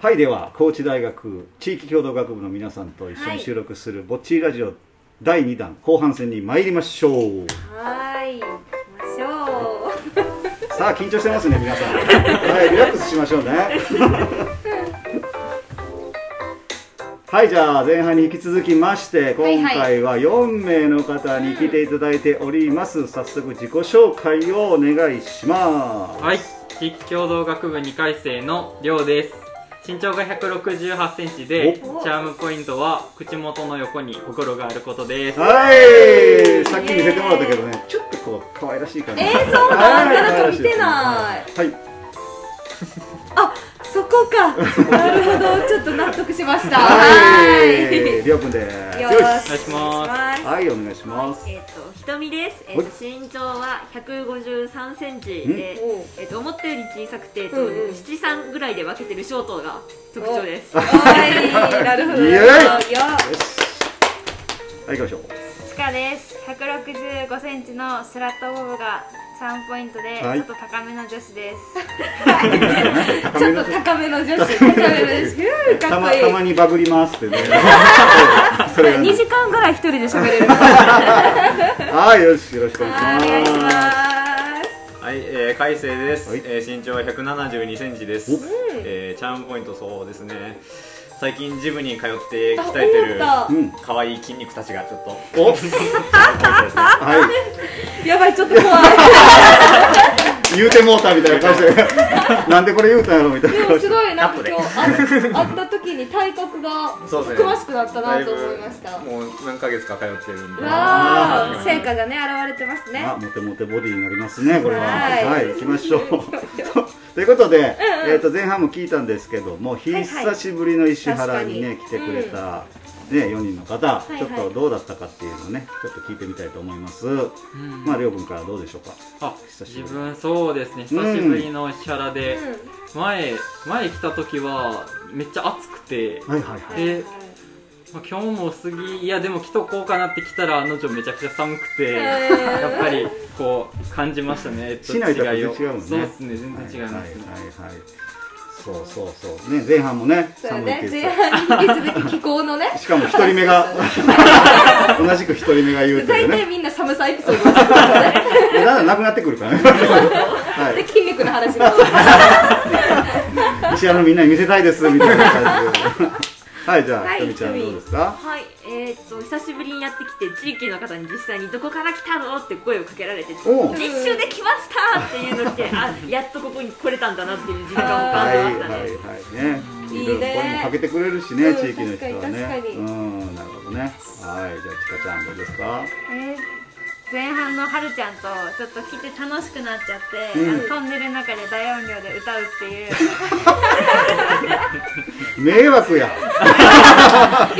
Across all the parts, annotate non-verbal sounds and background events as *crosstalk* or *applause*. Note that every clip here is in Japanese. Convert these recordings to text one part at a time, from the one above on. はいでは高知大学地域協同学部の皆さんと一緒に収録する「ぼっちりラジオ」第2弾後半戦に参りましょうはい行きましょうさあ緊張してますね皆さんはいリラックスしましょうねはいじゃあ前半に引き続きましてはい今回は4名の方に来ていただいております、早速自己紹介をお願いしますはい、地域共同学部2回生のりょうです。身長が168センチで、チおャームポイントは口元の横に心があることです。はい、さっき見せてもらったけどね、ちょっとこう可愛らしい感じ。えー、そうなんはいなかなか見てないはい、そこかなるほどちょっと納得しましたはい、はりょうくんです。いよろしくお願いしお願いしまはい、お願いします。えっ、と、ひとみです。えっ、はと、身長は153センチんで、えっ、と、思ったより小さくて、えっとうんうん七三ぐらいで分けてるショートが特徴です。はいなるほイエどーイなるほどよよし。はい、行きましょう。ちかです。165センチのスラットボブが3ポイントで、はいちょっと高めの女子です。高めちょのっと高めの女子高めの女子ふうかたっま、こいいたまにバグります *laughs* ってね。それがね2時間ぐらい一人で喋れるはい、よし、よろしくお願はいいしお願いします。ますはい、えー、海星です、はいえー身長は172センチです、おえー、チャームポイントそうですね最近ジムに通って鍛えてるあうん、可愛い筋肉たちがちょっとおチャームポイントですねはい、やばいちょっと *laughs* 怖い言うてもうたみたいな顔 *laughs* して、なんでこれ言うたんやろみたいでなも顔しすて。ごいなんか今日あ会った時に体格がそうですたねくましくなっただないとぶ思いましたわもう何ヶ月か通ってるんであ成果がね現れてますねあ、モテモテボディになりますね、これは。はいはい、行きましょう。 *laughs* そうということで、えっ、と前半も聞いたんですけども、久しぶりの石原にね、はい来確かてにくれた。ね、4人の方、いはいちょっとどうだったかっていうのをねちょっと聞いてみたいと思います、うんまありょうくんからどうでしょうかあ、久しぶ自り分そうですね、久しぶりの石原で、前、前来た時はめっちゃ暑くて、はいはいはいで、まあ今日も過ぎ、いやでも来とこうかなって来たら、あの女めちゃくちゃ寒くて、へーやっぱりこう感じましたね、えっと市内とは違いを。全然違うもんねそうですね、全然はいはい違いますね。はいはいそうそうそうね前半もねそう寒いっねて前言って半に引き続き気候のねたしかも一人目 *laughs* が同じく一人目が言うってい大うね体みんな寒さエピソードを作るからねだんだんなくなってくる *laughs* からねはいで筋肉の *laughs* 話もそう石原のみんなに見せたいですみたいな感じ *laughs* ではいじゃあ、はいひとみちゃんどうですか *laughs* はい、えっ、と、久しぶりにやってきて、地域の方に実際にどこから来たのって声をかけられて。実おう習で来ましたっていうのって、あ、やっとここに来れたんだなっていう実感をは感いじはまいしたね。はいねいいねろろ声もかけてくれるしね、うん地域の人はね確かに確かにうんなるほどねはいじゃあちかちゃんどうですかえー前半のはるちゃんとちょっと来て楽しくなっちゃって、うんあのトンネルの中で大音量で歌うって *laughs* いう迷惑 *laughs* やい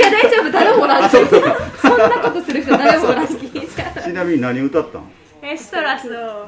や大丈夫誰も同あじそうそうかそんなことする人誰も同じじゃんちなみに何歌ったんエストラスをうわ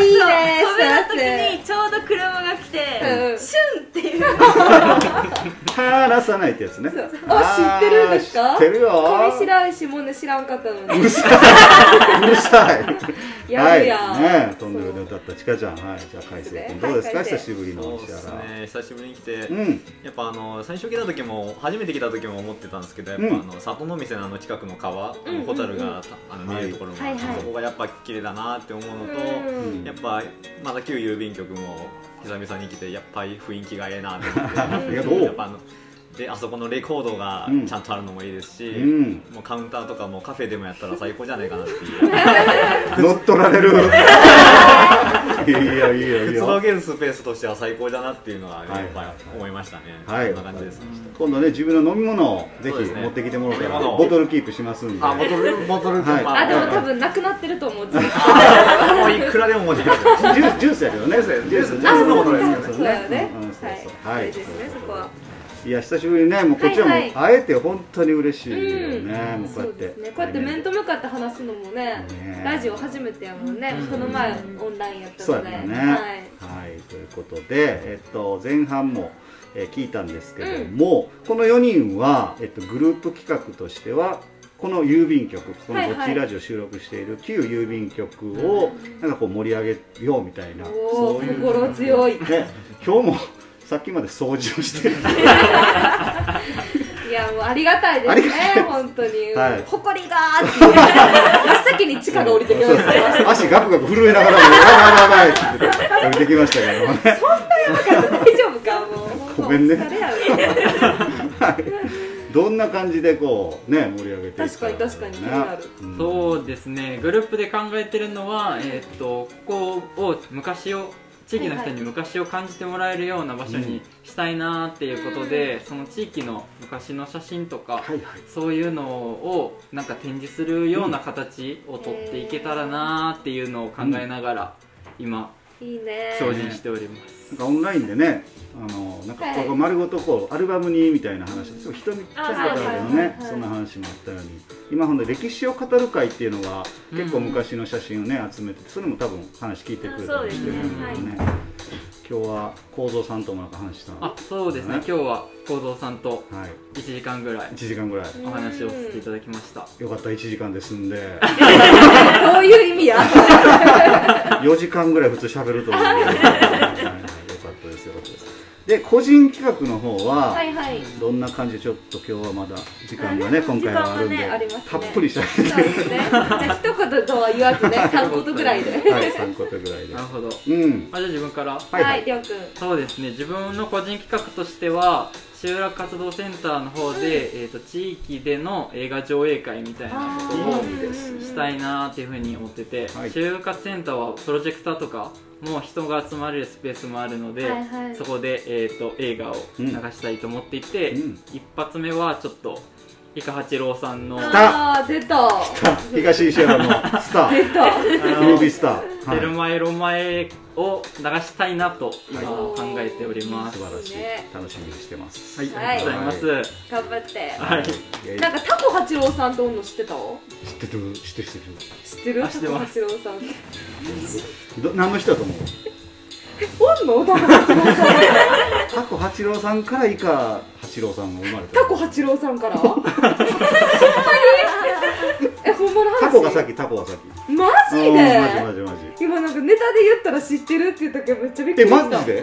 ーいいねそう止めスた時にちょうど車が来て、うんシュンっていうらさないってやつねそうあ知ってるんですかあー知ってるよ上白石もね知らんかったのにうるさいうるさいやるやんはいねトンネルで歌ったちかちゃんはいじゃあ海星君どうですかはい海久星しぶりそのう石です原ね久しぶりに来て、うんやっぱあの最初来た時も初めて来た時も思ってたんですけどやっぱ、うんあの里の店のあの近くの川、あのホタルがたあの見えるところが、はいはいはいそこがやっぱ綺麗だなって思うのと、うんやっぱまだ旧郵便局も久々に来てやっぱり雰囲気がええなって思ってありがとうやっぱあのであそこのレコードがうんちゃんとあるのもいいですし、うんもうカウンターとかもカフェでもやったら最高じゃないかなっていう乗っ取られ *laughs* るいいよいいよいいくつよろげるスペースとしては最高だなっていうのはやっはいぱはいはい思いましたね、はいこんな感じです、今度ね自分の飲み物をぜひそうですね持ってきてもらったら、飲み物をボトルキープしますんであボトルボトルはいまあでも多分なくなってると思う次もういくらでも持ちますよ。ジュースジュースやけどねジュースジュースジュあそうのボかトルですそうよねだよねうんうんそうそうははいいいいですねそこはいや久しぶりにねもうこっちはもはういはい会えて本当に嬉しいよね、もうこうそやっうてですねこうやって面と向かって話すのもねねラジオ初めてやもんねこの前オンラインやったそうのやっでたねはいはい、ということで、えっと、前半も、えー聞いたんですけども、この4人は、えっと、グループ企画としてはこの郵便局こはのい「はこいっちラジオ」収録している旧郵便局をなんかこう盛り上げようみたいな、おおそういう心強いね今日もさっきまで掃除をしてるいやもうありがたいでありすがたいでねす本当に、はい誇りがーっていう真っ先に地下が降りてきましたよ足ガクガク震えながらも「やばいやばいやばい」って言 *laughs* って降りてきましたけどもね大丈夫かもうごめんねお疲れやねどんな感じでこうね盛り上げてい確かに確かに気になるうんそうですねグループで考えてるのは、えー、とここを昔を地域の人に昔を感じてもらえるような場所にしたいなーっていうことで、その地域の昔の写真とか、はいはいそういうのをなんか展示するような形を取っていけたらなーっていうのを考えながら、今いいね精進しております、なんかオンラインでねあのなんかはいここ丸ごとこうアルバムにみたいな話ですごい人見ちゃう方だけどあはいはいねはいそんな話もあったように今ほんで歴史を語る会っていうのがうん結構昔の写真をね集めててそれも多分話聞いてくれたりしてるんだけどね今日は構造さんともなんか話したのあそうですねね今日は幸三さんとはい1時間ぐらい1時間ぐらいお話をさせていただきましたよかった1時間で済んで *laughs* どういう意味や4時間ぐらい普通喋ると思う *laughs* んではいはいよかったですよかったですで個人企画の方ははいはいどんな感じでちょっと今日はまだ時間がね今回はあるんで、時間がねありますねたっぷりしゃべ *laughs* そうですねじゃあ一言とは言わずね3言ぐらいではい3個ぐらいでなるほどあうんじゃあ自分からはいははいいりょうくんそうですね自分の個人企画としては集落活動センターの方で、えー、と地域での映画上映会みたいなことをいいですしたいなーっていうふうに思ってて、はい就活センターはプロジェクターとかもう人が集まれるスペースもあるので、はいはいそこで、えー、と映画を流したいと思っていて、うん一発目はちょっと伊賀八郎さんのたあー出た東石山のスター出たムービースター、テルはいマエロマエを流したいなと今考えております、素晴らしいいねい楽しみにしてますはいはいありがとうございます、頑張ってはいいやいなやんかタコ八郎さんとおんの知ってた知ってる知ってる知って知ってるあ知ってまタすコ八郎さんるど何の人だと思うおんのタコ八郎さ *laughs* タコ八郎さんんから以下八郎さんが生まれたタコ八郎さんからほんまに *laughs* えほんまの話タコが先タコが先マジうんマジマでジマジ今なんかネタで言ったら知ってるって言ったけどめっちゃびっえくりしたマジで知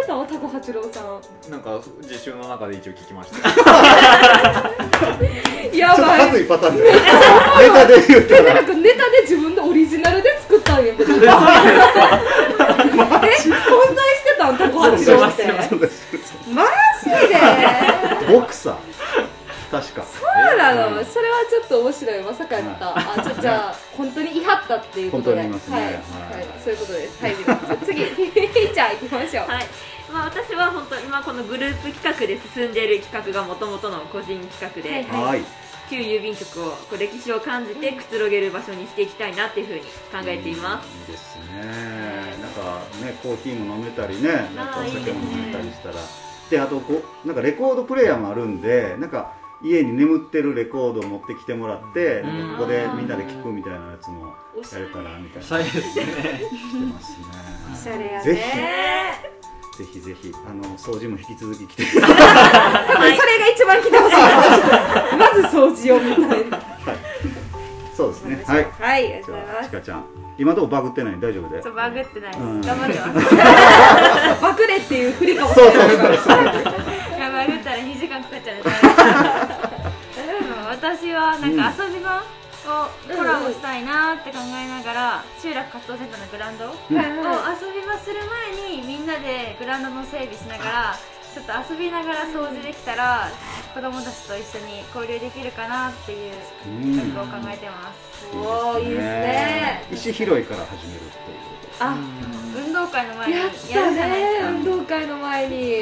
ってたわタコ八郎さんなんか自習の中で一応聞きましたちやょっとばいはずいパターンでネタで言うたら *laughs* なんかネタで自分でオリジナルで作ったんや *laughs* けどえ存在してたんタコ八郎ってそうですマジでボクサー確かそうなのそれはちょっと面白いまさかやった、あちょじゃあ本当に言い張ったっていうことで本当に言いますねはい、はいはいそういうことですはい次ひーちゃん行きましょうはい、まあ、私は本当今このグループ企画で進んでいる企画がもともとの個人企画で、はいはい旧郵便局をこう歴史を感じてくつろげる場所にしていきたいなっていうふうに考えています、いいですねなんかねコーヒーも飲めたりねなんかお酒も飲めたりしたらであとこうなんかレコードプレイヤーもあるんでなんか家に眠ってるレコードを持ってきてもらってうんなんかここでみんなで聴くみたいなやつもやれたらみたいなそうですねしてますねおしゃれやぜねぜひぜひあの掃除も引き続き来て多分それが一番来てほしいまず掃除をみたいなそうですねはいはいありがとじうございゃあまちすかちゃん今どうバグってない大丈夫でそうバグってないです、うん頑張ってますバクレっていう振りかもしれないからいやバグったら2時間かかっちゃうねでも私はなんか遊び場をコラボしたいなって考えながら集落活動センターのグラウンドをはいは遊び場する前にみんなでグラウンドの整備しながらちょっと遊びながら掃除できたら子供たちと一緒に交流できるかなっていううん企画を考えてます、いおーいいですね石拾いから始めるっていうあ運動会の前にややっるじたゃないですねか、運動会の前に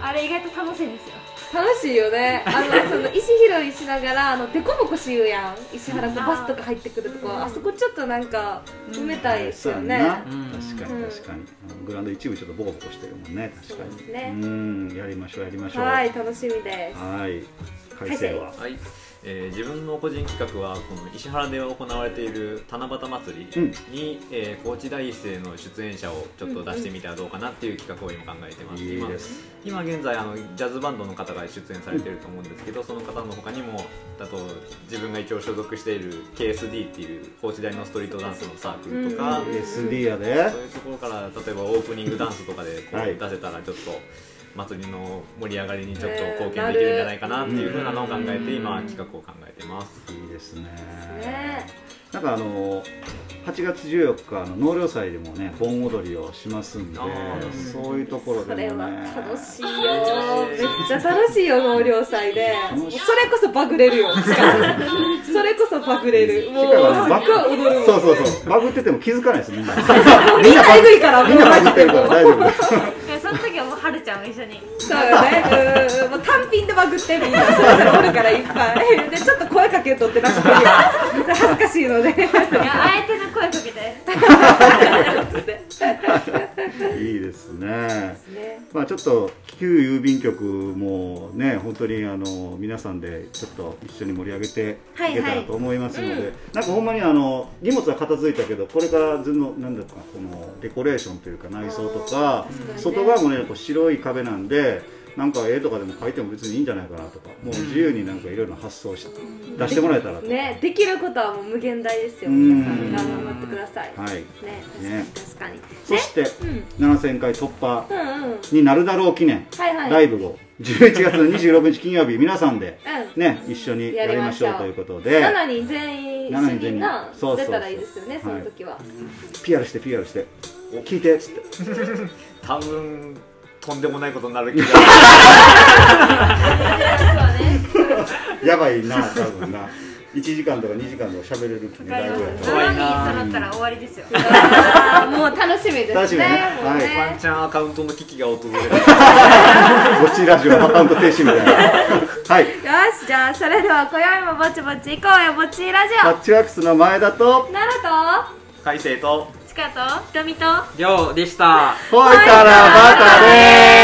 あれ意外と楽しいんですよ楽しいよねあのその石拾いしながらあのデコボコしようやん石原さんあーバスとか入ってくるとこあそこちょっとなんか埋めたいですよね、そうやんうんな確かに確かに、あのグラウンド一部ちょっとボコボコしてるもんね確かにそうですねうんやりましょうやりましょうはい楽しみですはい改正ははい、えー自分の個人企画はこの石原で行われている七夕祭りに、えー高知大一生の出演者をちょっと出してみたらどうかなっていう企画を今考えてます、いい今です今現在あのジャズバンドの方が出演されてると思うんですけどその方の他にもだと自分が一応所属している KSD っていう高知大のストリートダンスのサークルとか、 SD やでそういうところから例えばオープニングダンスとかでこうはい出せたらちょっと祭りの盛り上がりにちょっとね貢献できるんじゃないかなっていなうるふうなのを考えうんて今企画を考えてますいいですねねなんかあの8月14日あの納涼祭でもね盆踊りをしますんであーそういうところそでれもはね楽しいよめっちゃ楽しいよ納涼祭でもうそれこそバグれるよしかもそれこそバグれるもうすっはバグごい踊るもそんうそうそうバグってても気づかないですみんなみんみんななバえグぐいからみんなバグってるから大丈夫でその時はもうはるちゃんも一緒にそうよねうんもう単品でバグってみんなそれぞれおるからいっぱいでちょっと声かけとってなくて恥ずかしいのでいやあえての声かけていいですねねまあちょっと旧郵便局もね本当にあの皆さんでちょっと一緒に盛り上げていけたらと思いますので、なんかほんまにあの荷物は片付いたけどこれからずのなんだかこのデコレーションというか内装とかうん外側もねこう白い壁なんでなんか絵とかでも描いても別にいいんじゃないかなとかもう自由になんかいろいろ発想し出してもらえたらと、ねできることはもう無限大ですようん皆さん頑張ってくださいはいねね確かにそして確かにね7000回突破うんうんうんになるだろう記念はいはいライブを11月の26日金曜日皆さんでうんね、一緒にやりましょうということで、 7人全員一緒7人全に員なそうそう出たらいいですよねそはのい時は、 PR して PR して、聞いてっつって、 *laughs* 多分とんでもないことになる気がやばいな、多分な、1時間とか2時間とか喋れるってね、だいぶやと7怖いな人揃ったら終わりですよあーもう楽しみですね楽しみねもうねワンチャンアカウントの危機が訪れるこちらジオアカウント停止みたいな。はい、よしじゃあそれでは今宵もぼちぼち行こうよぼちラジパッチワークスの前だと、改正とオチカとりょうでしたほいたらまたねー